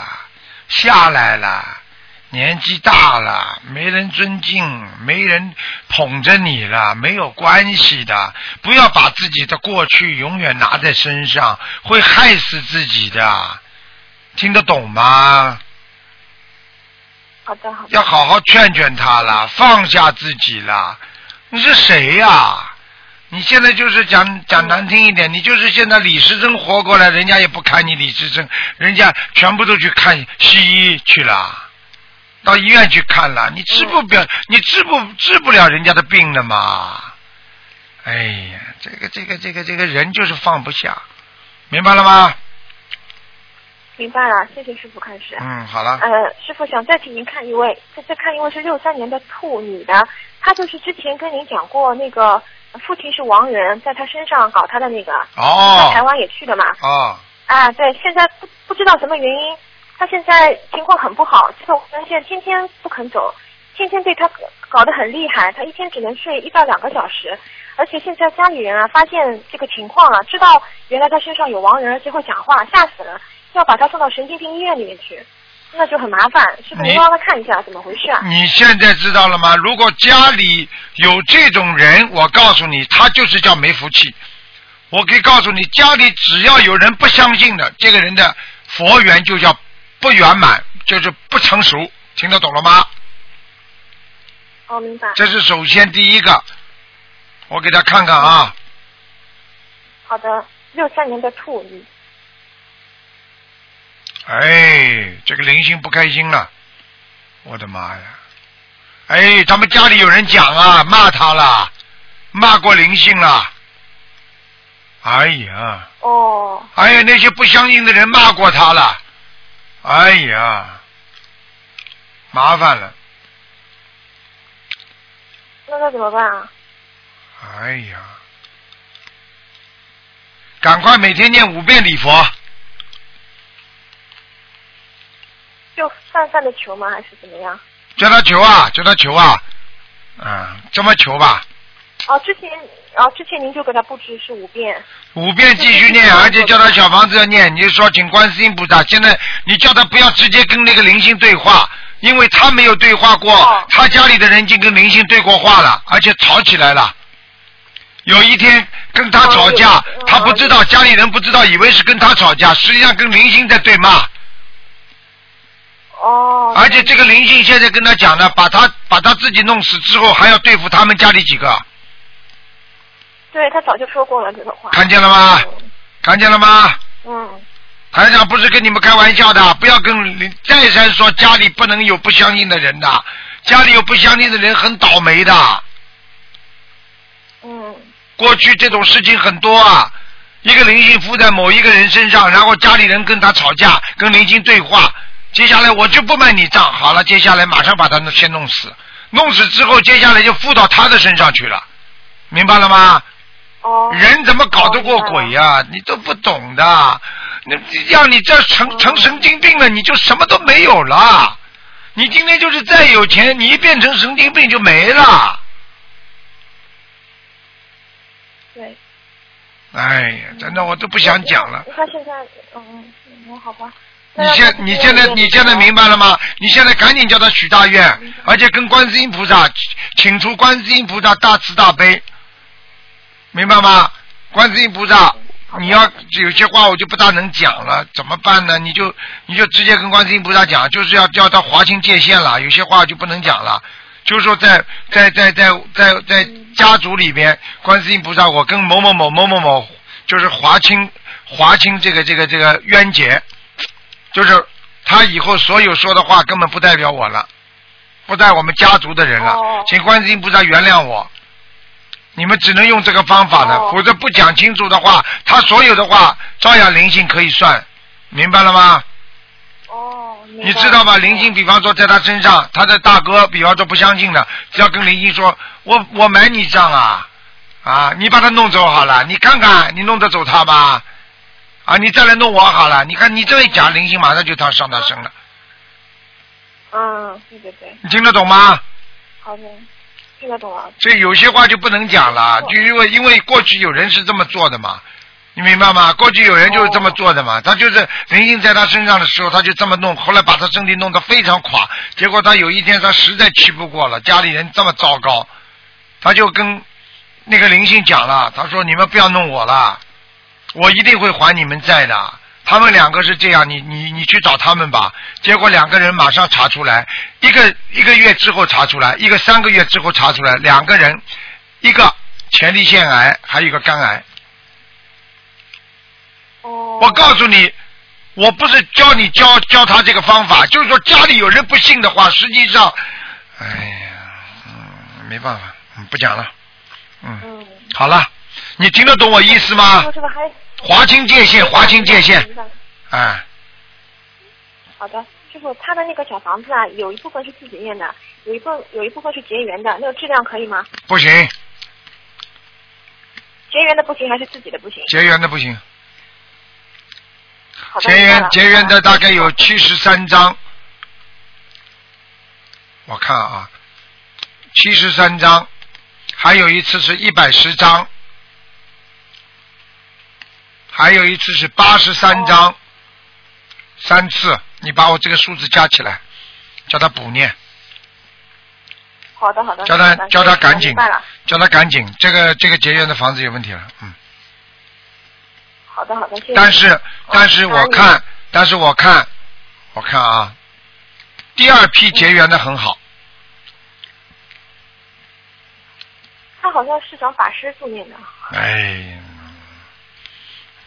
下来了，年纪大了，没人尊敬，没人捧着你了，没有关系的。不要把自己的过去永远拿在身上，会害死自己的。听得懂吗？
好的，好的。
要好好劝劝他啦，放下自己啦。你是谁呀、你现在就是讲讲难听一点，你就是现在李时珍活过来，人家也不看你李时珍，人家全部都去看西医去了，到医院去看了，你治不了，你治不治不了人家的病的嘛？哎呀，这个这个这个这个人就是放不下，明白了吗？
明白了，谢谢师傅开始。
嗯，好了，
呃，师傅想再请您看一位，再再看一位是六三年的兔女的，她就是之前跟您讲过那个父亲是亡人，在她身上搞她的那个，到啊台
哦
湾也去了嘛。
哦，
啊，对，现在不不知道什么原因，她现在情况很不好，这个文献天天不肯走，天天对她搞得很厉害，她一天只能睡一到两个小时，而且现在家里人啊发现这个情况啊，知道原来她身上有亡人，而且会讲话，吓死了，要把她送到神经病医院里面去。那就很麻烦，师傅
你嗯
您帮她看一下怎么回事啊？
你现在知道了吗？如果家里有这种人，我告诉你，他就是叫没福气。我可以告诉你，家里只要有人不相信的，这个人的佛缘就叫不圆满，就是不成熟。听得懂了吗？
哦，明白。
这是首先第一个。我给他看看啊，
好的，六三年的兔嗯女，
哎，这个灵性不开心了，我的妈呀！哎，他们家里有人讲啊，骂他了，骂过灵性了。哎呀！
哦，
哎呀，那些不相信的人骂过他了，哎呀，麻烦了，
那那怎么办啊？
哎呀，赶快每天念五遍礼佛，
就泛泛的求吗？还是怎么样？
叫他求啊，叫他求啊，嗯，这么求吧，
哦，之前哦，之前您就给他布置是五遍。
五遍继续 念，而且叫他小房子要念。你就说请观世音菩萨，现在你叫他不要直接跟那个灵性对话，因为他没有对话过，
哦
他家里的人已经跟灵性对过话了，而且吵起来了。有一天跟他吵架，
哦有
他不知道，家里人不知道，以为是跟他吵架，实际上跟灵性在对骂。
哦。
而且这个灵性现在跟他讲呢，把他把他自己弄死之后，还要对付他们家里几个，
对他早就说过了这个话。
看见了啊吗？
哦
看见了吗？
嗯，
台长不是跟你们开玩笑的，不要跟林再三说家里不能有不相信的人的，家里有不相信的人很倒霉的。
嗯
过去这种事情很多啊，一个灵性附在某一个人身上，然后家里人跟他吵架，跟灵性对话，接下来我就不卖你账，好了，接下来马上把他弄先弄死，弄死之后，接下来就附到他的身上去了，明白了吗？
嗯，哦。
人怎么搞得过鬼呀、你都不懂的，那让你这成成神经病了，你就什么都没有了。你今天就是再有钱，你一变成神经病就没了。
对。
哎呀，真的我都不想讲了。
他现在，嗯，嗯好吧。
你
呃
现你现在你现在明白了吗？你现在赶紧叫他许大愿，而且跟观世音菩萨请出观世音菩萨大慈大悲，明白吗？观世音菩萨，你要有些话我就不大能讲了，怎么办呢？你就你就直接跟观世音菩萨讲，就是要要到划清界限了，有些话就不能讲了。就是说在，在在在在在家族里边，观世音菩萨，我跟某某某某某某，就是划清划清这个这个这个冤结，就是他以后所有说的话根本不代表我了，不在我们家族的人了，
哦
请观世音菩萨原谅我。你们只能用这个方法的，
哦
否则不讲清楚的话，他所有的话照样灵性可以算，明白了吗？
哦，明白
你知道吗？林静，比方说在他身上，他的大哥，比方说不相信的，只要跟林静说，我我买你账啊，啊，你把他弄走好了，你看看你弄得走他吧，啊，你再来弄我好了，你看你这一讲，林静马上就他上他身了，
嗯，对对对，
你听得懂吗？
好的，听得懂了。
所以有些话就不能讲了，就因为因为过去有人是这么做的嘛，你明白吗？过去有人就是这么做的嘛，他就是灵性在他身上的时候，他就这么弄，后来把他身体弄得非常垮，结果他有一天他实在气不过了，家里人这么糟糕，他就跟那个灵性讲了，他说你们不要弄我了，我一定会还你们债的。他们两个是这样，你你你去找他们吧。结果两个人马上查出来，一个一个月之后查出来，一个三个月之后查出来，两个人，一个前列腺癌，还有一个肝癌。
哦，
我告诉你，我不是教你教教他这个方法，就是说家里有人不信的话，实际上，哎呀，嗯，没办法，嗯不讲了，嗯，
嗯，
好了，你听得懂我意思吗
说？这个还
划清界限，划清界限，
明白
哎。
好的，师傅，他的那个小房子啊，有一部分是自己念的，有一部有一部分是结缘的，那个质量可以吗？
不行，
结缘的不行，还是自己的不行？
结缘的不行，
好的，
结
明白
缘
了
结缘的大概有七十三章，我看啊，七十三章，还有一次是一百十章，还有一次是八十三章，三次，你把我这个数字加起来，叫他补念，
好的好的，
叫他
感谢
叫他赶紧
明白了，
叫他赶紧，这个这个结缘的房子有问题了，嗯。
好的好的，谢谢。
但是但是我
那
看，但是我看，我看啊，第二批结缘的很好，
他好像是找法师助念的，
哎，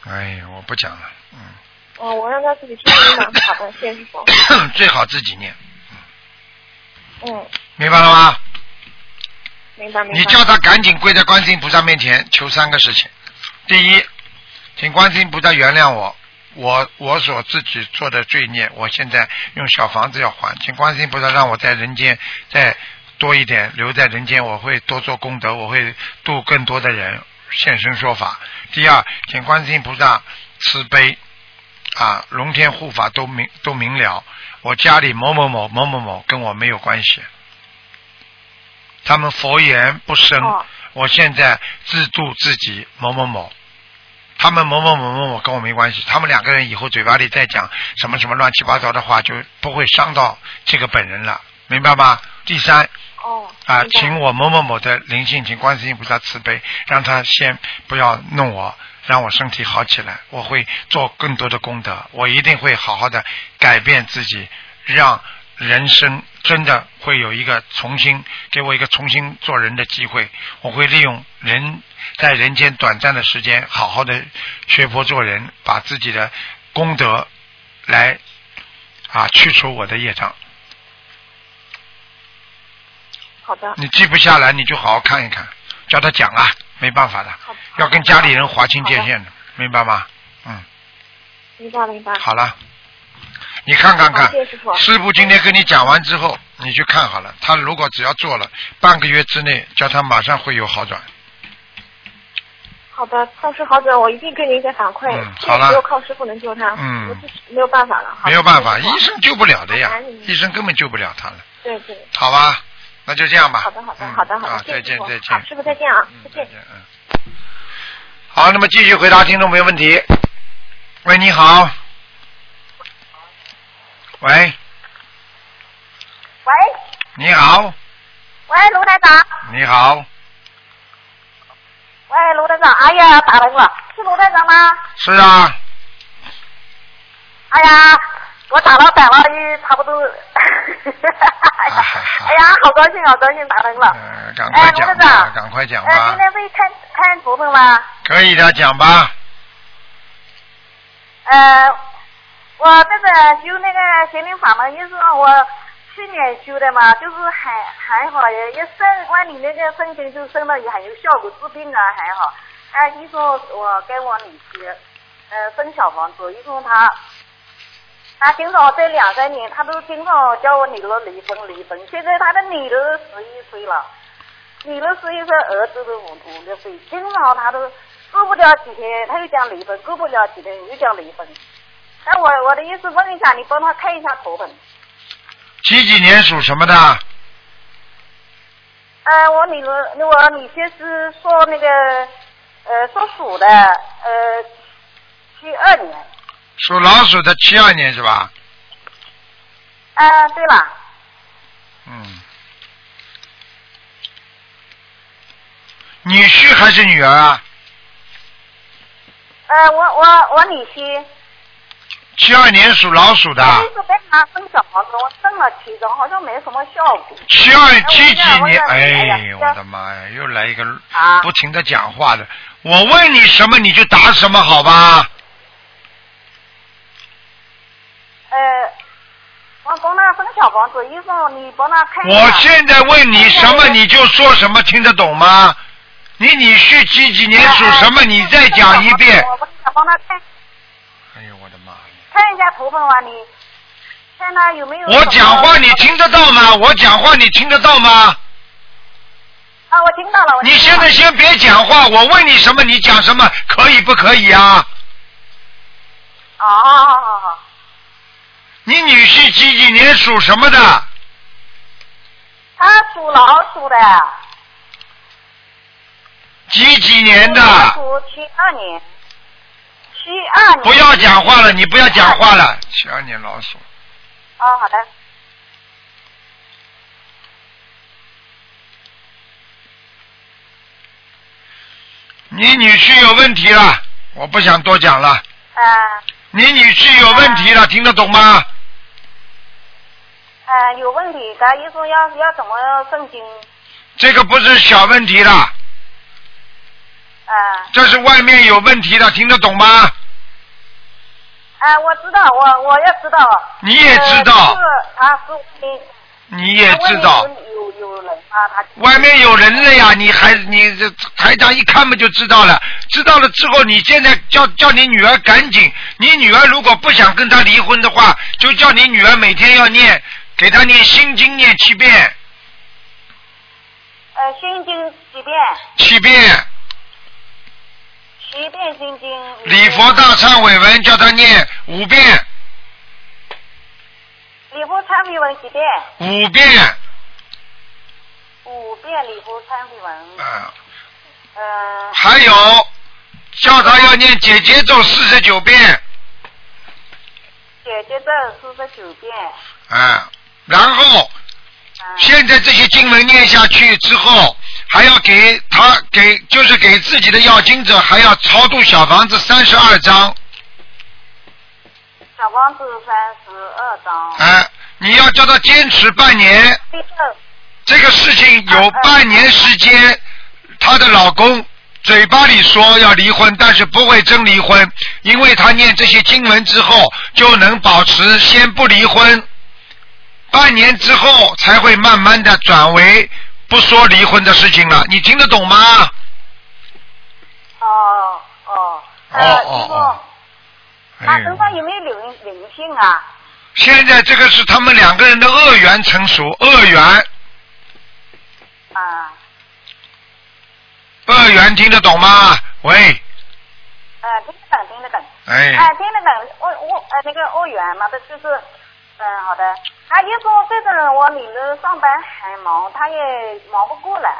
哎，我不讲了，
哦，我让他自己去念的。 好的，谢谢师傅。
嗯，最好自己念，
嗯，
明白了吗？
明白明白。
你叫他赶紧跪在观世音菩萨面前求三个事情：第一，请观世音菩萨原谅我，我我所自己做的罪孽，我现在用小房子要还，请观世音菩萨让我在人间再多一点，留在人间，我会多做功德，我会度更多的人，现身说法。第二，请观世音菩萨慈悲啊，龙天护法都明都明了，我家里某某某某某某跟我没有关系。他们佛缘不深，
哦
我现在自度自己某某某，他们某某某某某跟我没关系，他们两个人以后嘴巴里再讲什么什么乱七八糟的话，就不会伤到这个本人了，明白吗？第三
哦
啊、
明白
请我某某某的灵性，请观世音菩萨慈悲，让他先不要弄我，让我身体好起来，我会做更多的功德，我一定会好好的改变自己，让人生真的会有一个重新给我一个重新做人的机会，我会利用人在人间短暂的时间，好好的学佛做人，把自己的功德来啊去除我的业障。
好的
你记不下来，你就好好看一看，叫他讲啊，没办法的，
好的
要跟家里人划清界
好的
限的，明白吗？嗯，
明白明白。
好了，你看看看
好谢谢师，傅
师傅今天跟你讲完之后，你去看好了，他如果只要做了半个月之内，叫他马上会有好转。
好的，到时好转，我一定跟您再反馈。
嗯
这
好了
只有靠师傅能救他，
嗯
我自己没有办法了。好的
没有办法，
谢谢
医
师
生救不了的呀
好难，你
医生根本救不了他了，
傅对对，
好吧？那就这样吧。
好的好的
嗯
好的好
啊
的，，谢
再
谢
见
师傅
再见
好，。师傅再见啊，再见。
嗯。好，那么继续回答听众朋友问题。喂，你好。喂，
喂
你好，
喂，卢台长，
你好，
喂，卢
卢台长，哎呀，打通了，是卢台长吗？
是啊，
哎呀，我打了打了，差不多， 哎呀，好高兴，好高兴，打通了。
啊呃赶快
哎
讲
卢台
吧，
长
赶快讲
呃，
吧
今，天会看看图腾吗？
可以的，讲吧。
呃，我那个修那个心灵法门，也是我去年修的嘛，就是还还好，也也生往你那个生情就生了也很有效果，治病啊还好。哎、你说我给我女婿，呃，生小房子，一共他，他经常这两三年，他都经常叫我女儿离婚离婚，现在他的女儿十一岁了。女儿是一个儿子都五五六岁，经常啊他都过不了几天，他又讲离婚，过不了几天又讲离婚。那我我的意思问一下，你帮他看一下头本。
几几年属什么的？
呃，我女儿，我女婿是说那个，呃，说属的，呃，七二年。
属老鼠的，七二年是吧？
啊、对了，
嗯。女婿还是女儿啊？
呃，我我我女婿，
七二年属老鼠
我
的
一，直跟他分小房子，我挣了其中好像没什么效果。
七二七
哎
几
我
年？
想
哎
哎呀，
我的妈呀，又来一个
啊
不停的讲话的。我问你什么你就答什么，好吧？
呃，我帮他分小房子，医生你帮他看一下。
我现在问你什么
哎
你就说什么，听得懂吗？你女婿几几年属什么？你再讲一遍。
我想帮他看
哎呦，我的妈呀！
看一下头发啊，你看他有没有。
我讲话你听。得到吗？我讲话你听得到吗？
啊，我听到了。我
你
听到
现
了
在先别讲话，我问你什么你讲什么，可以不可以啊？
哦好好好好。
你女婿几几年属什么的？
他属老鼠的。
几几年
他
的？
属七二年。七二年。
不要讲话了，你不要讲话了。七二年老鼠，
哦，好的。
你女婿有问题了，我不想多讲了。
呃
你女婿有问题了，听得懂吗？
呃，有问题，他医生要要怎么圣经？
这个不是小问题了，
呃。
这是外面有问题了，听得懂吗？
哎，我知道，我我也知道。
你也知道
呃就是他是你
你也知道。
有有人啊，他
外面有人了呀，你还你这台长一看嘛就知道了，知道了之后，你现在叫叫你女儿赶紧，你女儿如果不想跟他离婚的话，就叫你女儿每天要念，给她念心经念七遍，
呃心经几遍，
七遍，
七遍心经。
礼佛大忏悔文叫她念五遍，
礼佛忏悔文几遍？
五遍，
五遍礼佛忏悔文。
啊，
呃，
还有叫她要念姐姐咒四十九遍，
姐姐咒四十九遍。
啊，然后
嗯、
现在这些经文念下去之后，还要给他给就是给自己的要经者还要超度小房子三十二章，
小王子三十二章。
哎、你要叫他坚持半年，
第二，
这个事情
啊
有半年时间，她的老公嘴巴里说要离婚，但是不会真离婚，因为她念这些经文之后就能保持先不离婚，半年之后才会慢慢的转为不说离婚的事情了，你听得懂吗？
哦哦。
哦
呃，
哦
师傅
哦
他
哎呦
身上有没有灵灵性啊？
现在这个是他们两个人的恶缘成熟，恶缘，
啊，
恶缘听得懂吗？喂，
呃，听得懂，听得懂。
哎，
哎，听得懂，欧欧呃那个欧元嘛，的就是，嗯，好的。啊，也说这阵我女儿上班很忙，她也忙不过来，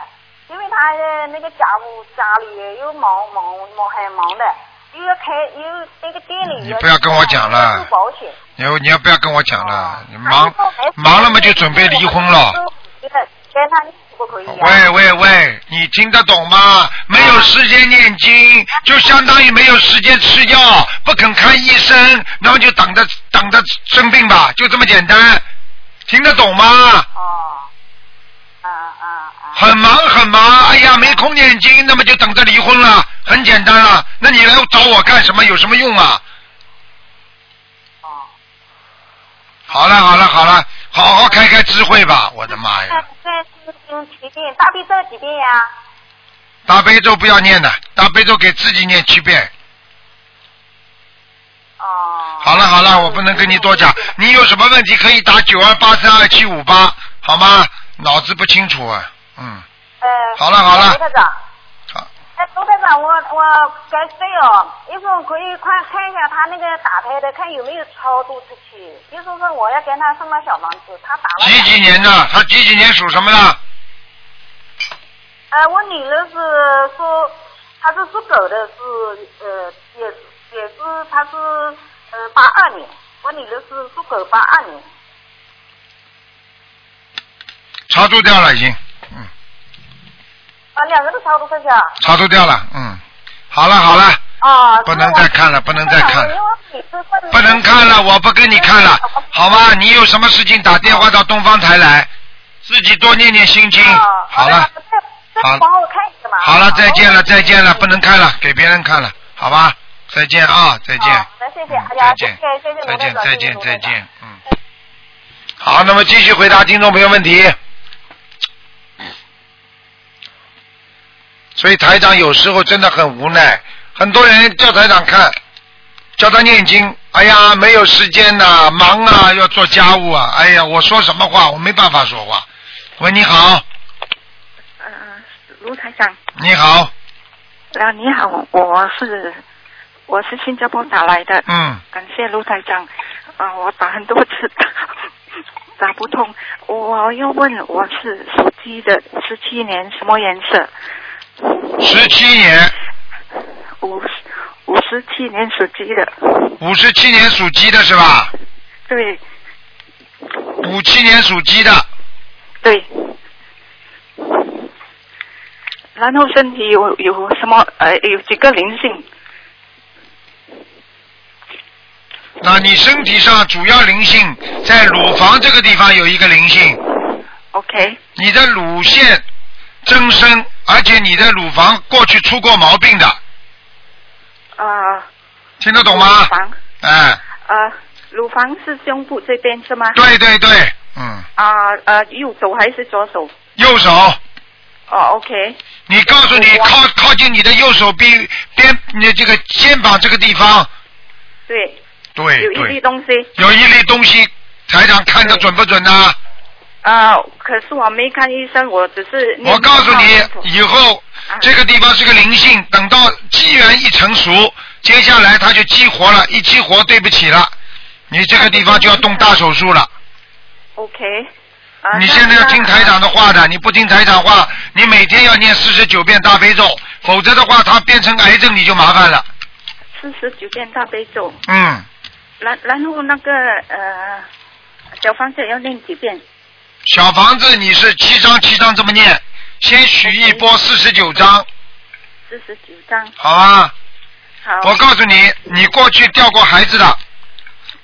因为她的那个家务家里又忙忙忙很忙的，又要开又那个店里
你
要
不要跟我讲了
做保险。
你要你要不要跟我讲了？你
她
忙
哦就说没事哎嗯
忙了嘛就准备离婚了
我就觉得
跟他念可不可以啊？
喂喂喂，你听得懂吗？没有时间念经，就相当于没有时间吃药，不肯看医生，然后就等着等着生病吧，就这么简单，听得懂吗？
哦，啊啊啊！
很忙很忙，哎呀，没空念经，那么就等着离婚了，很简单了。那你来找我干什么？有什么用啊？
哦，
好了好了好了，好好开开智慧吧，我的妈
在
哎
呀！
在嗯，几遍大悲咒几遍呀？
大悲咒不要念的，大悲咒给自己念七遍。
哦。
好了好了，我不能跟你多讲，你有什么问题可以打九二八三二七五八，好吗？脑子不清楚啊，嗯，
呃，
好了好了
卢台长，
好，
哎，卢台长，我我该这哦，医生可以看看一下他那个打胎的，看有没有超度出去。医生说我要给他送到小房子，他打了
几
两。
几年的？他几几年属什么的？
呃，我女儿是说，她是属狗的，是呃，也是也是她是呃八二年，我女儿是属狗八二年。
查住掉了已经，嗯，
啊，两个都超度出去啊。
查住掉了，嗯，好了好了，
啊，
不能再看了不能再看了
因为我每次问
不能看了，我不跟你看了，好吧？你有什么事情打电话到东方台来，自己多念念心经
啊，
好了，
这这
好了
帮我看一下嘛。
好了，再见了再见了，不
能。
能看了，给别人看了，好吧？再见啊，再见。嗯
好那谢谢哎呀
再见，
谢谢谢谢
再
卢
见，
台长
再
谢谢
见，
卢
再
台长
见，嗯。好，那么继续回答听众朋友问题。所以台长有时候真的很无奈，很多人叫台长看，叫他念经，哎呀，没有时间呐、忙啊，要做家务啊，哎呀，我说什么话，我没办法说话。喂，你好，
呃，卢台长，
你好，
啊，你好，我是我是新加坡打来的，
嗯，
感谢卢台长，啊、我打很多次打不通，我要问我是属鸡的，十七年什么颜色？
十七年，
五十五十七年属鸡的，
五十七年属鸡的是吧？
对
五七年属鸡的，
对。然后身体有有什么呃有几个灵性？
那你身体上主要灵性在乳房这个地方有一个灵性，
OK，
你的乳腺增生，而且你的乳房过去出过毛病的，
啊、呃，
听得懂吗
乳？房，
哎，
呃，乳房是胸部这边是吗？
对对对，嗯，
啊呃，右手还是左手？
右手，
哦，OK，
你告诉你
我
靠靠近你的右手臂边，你这个肩膀这个地方，
对，
对
有一
对，
粒东西，
有一粒东西，台长看的
对
准不准呢、
啊、可是我没看医生，我只是念
我告诉
念佛
你，以后
啊
这个地方是个灵性，等到机缘一成熟，接下来它就激活了，一激活，对不起了，你这个地方就要动大手术了。
，OK，啊，
你
那
现在要听
那
台长的话的，你不听台长话，你每天要念四十九遍大悲咒，否则的话，它变成癌症你就麻烦了。
四十九遍大悲咒，
嗯，
然然后那个呃，小方子要念几遍？
小房子你是七张七张这么念，先许一波四十九张，
四十九章，
好吧？
好，
我告诉你，你过去掉过孩子的，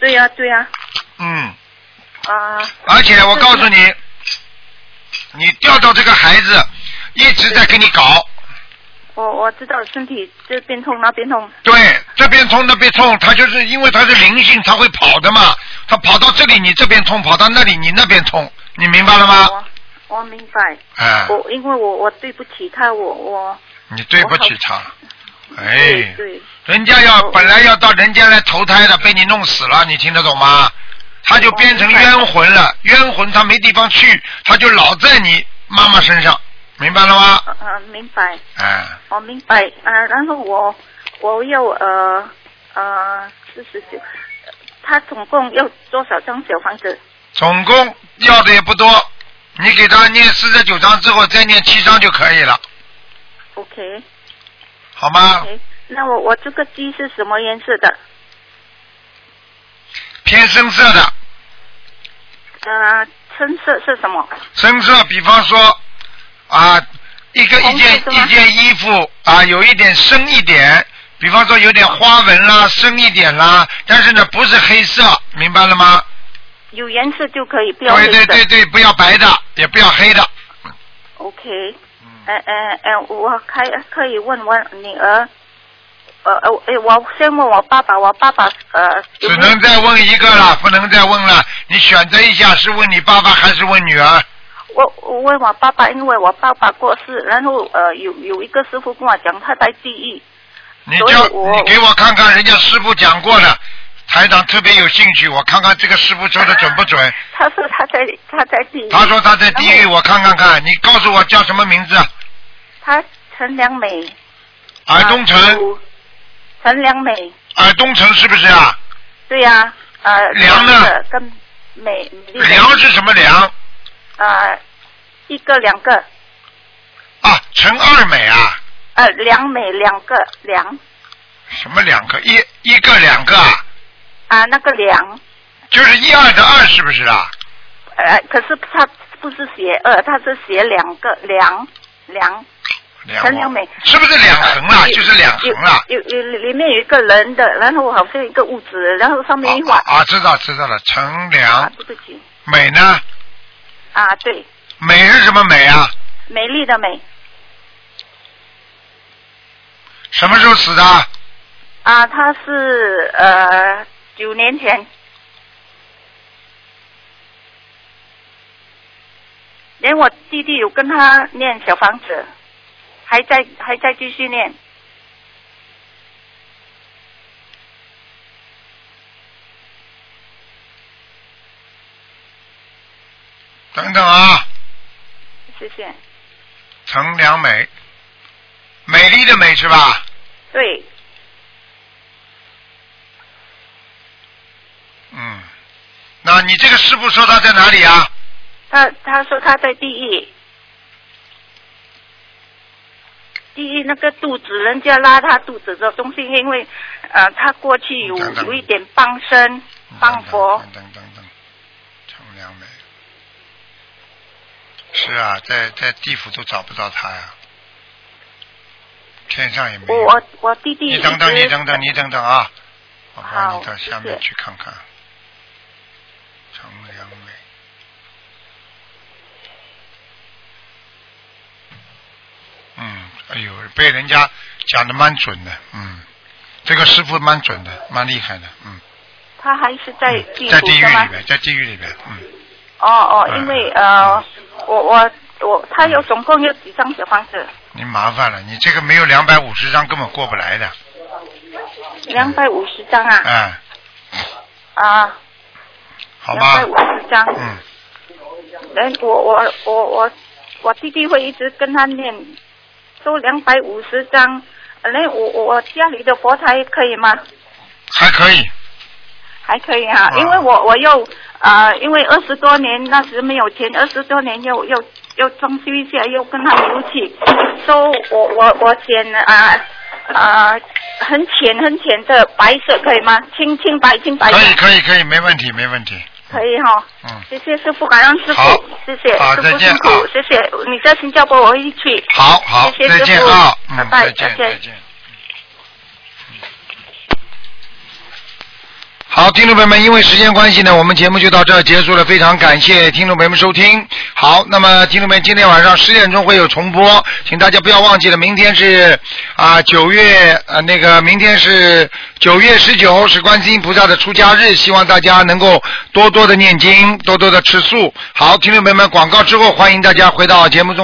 对呀、对呀、
嗯。
啊、
而且我告诉你，你调到这个孩子一直在跟你搞，
我我知道身体这边痛那边痛，
对，这边痛那边痛，他就是因为他是灵性，他会跑的嘛，他跑到这里你这边痛，跑到那里你那边痛，你明白了
哦
吗？
我我明白，
哎，
我因为我我对不起他，我我
你对不起他，
对
哎，
对
人家要
我
本来要到人间来投胎的，被你弄死了，你听得懂吗？他就变成冤魂了，冤魂他没地方去，他就老在你妈妈身上，明白了吗？
呃呃明白。
哎，
我明白啊、呃然后我我要呃呃四十九，他总共要多少张小房子？
总共要的也不多，你给他念四十九章之后，再念七章就可以了，
OK
好吗？
OK，那我我这个鸡是什么颜色的？
偏深色的，
呃，深色是什么？
深色，比方说啊，一个一
红色
件
是吗
一件衣服啊，有一点深一点，比方说有点花纹啦，深一点啦，但是呢不是黑色，明白了吗？
有颜色就可以，不要黑
对
色。
对对对，不要白的，也不要黑的。
OK，呃
嗯
呃呃，我还可以问问女儿，呃呃，哎，我先问我爸爸，我爸爸呃
只
有没有
能再问一个了，不能再问了。你选择一下，是问你爸爸还是问女儿？
我我问我爸爸，因为我爸爸过世，然后呃有有一个师傅跟我讲他在地狱，
你
所以
叫
我
你给我看看人家师傅讲过的，台长特别有兴趣，我看看这个师傅说的准不准。
他说他在他在地狱，
他说他在地狱，我看看看。你告诉我叫什么名字？啊
他陈良美，
尔东
啊
城，
有陈良美，
尔东城是不是啊？
对呀、呃
良呢
的跟美美丽的
梁是什么梁？
呃一个两个
啊，陈二美啊？
呃良美两个良
什么两个？一一个两个啊？
啊、那个良。
就是一二的二是不是啊？
呃，可是他不是写二，他是写两个两两，
两
陈良美
是不是两横了？就是两横啊了。
有有有里面有一个人的，然后好像一个物质，然后上面一画啊
啊啊，知道知道了，陈良
对不起
美呢？
啊，对，
美是什么美啊？
美丽的美
什么时候死的？
啊，他是呃九年前，连我弟弟有跟他念小房子，还在还在继续念，
等等啊，
谢谢，
陈良美，美丽的美是吧？
对，
嗯，那你这个师傅说他在哪里啊？
他他说他在地狱，地狱那个肚子，人家拉他肚子的东西，因为呃，他过去有
等等
有一点傍
嗯
身傍佛，
等等等等，陈良美。是啊，在在地府都找不到他呀，天上也没
我
有。
我我弟弟
你
一
等等，
直
你等等，你等等啊！我帮
好
你到下
谢
面
谢
去看看。陈良美，嗯，哎呦，被人家讲的蛮准的，嗯，这个师傅蛮准的，蛮厉害的，嗯，
他还是在地
在
府
地狱
是吗
里？面，在地狱里面，嗯，
哦哦，
嗯
因为呃，我我我他有总共有几张小房子？
你麻烦了，你这个没有两百五十张根本过不来的，嗯
两百五十张啊
哎，
啊，
嗯好
两
吗
百？五十张。
嗯，
人我我我我我弟弟会一直跟他念，收两百五十张。那我我我家里的佛台可以吗？
还可以，
还可以啊，
啊
因为我我又呃，因为二十多年那时没有钱，二十多年又又又装修一下，又跟他留起，收、我我我捡啊啊、呃很浅很浅的白色可以吗？清清白清白的
可以，可以，可以，没问题，没问题，
可以哈、
嗯，
谢谢师傅，感恩师
好
傅，谢谢
好
师
再
傅
见
辛苦
啊，
谢谢你在新加坡我会去。
好好，
谢谢
再见
师傅
啊，
拜
嗯，
拜
再见
再见
再见。嗯好，听众朋友们，因为时间关系呢，我们节目就到这儿结束了。非常感谢听众朋友们收听。好，那么听众们，今天晚上十点钟会有重播，请大家不要忘记了，明天是啊九、月呃那个明天是九月十九是观世音菩萨的出家日，希望大家能够多多的念经，多多的吃素。好，听众朋友们，广告之后欢迎大家回到节目中。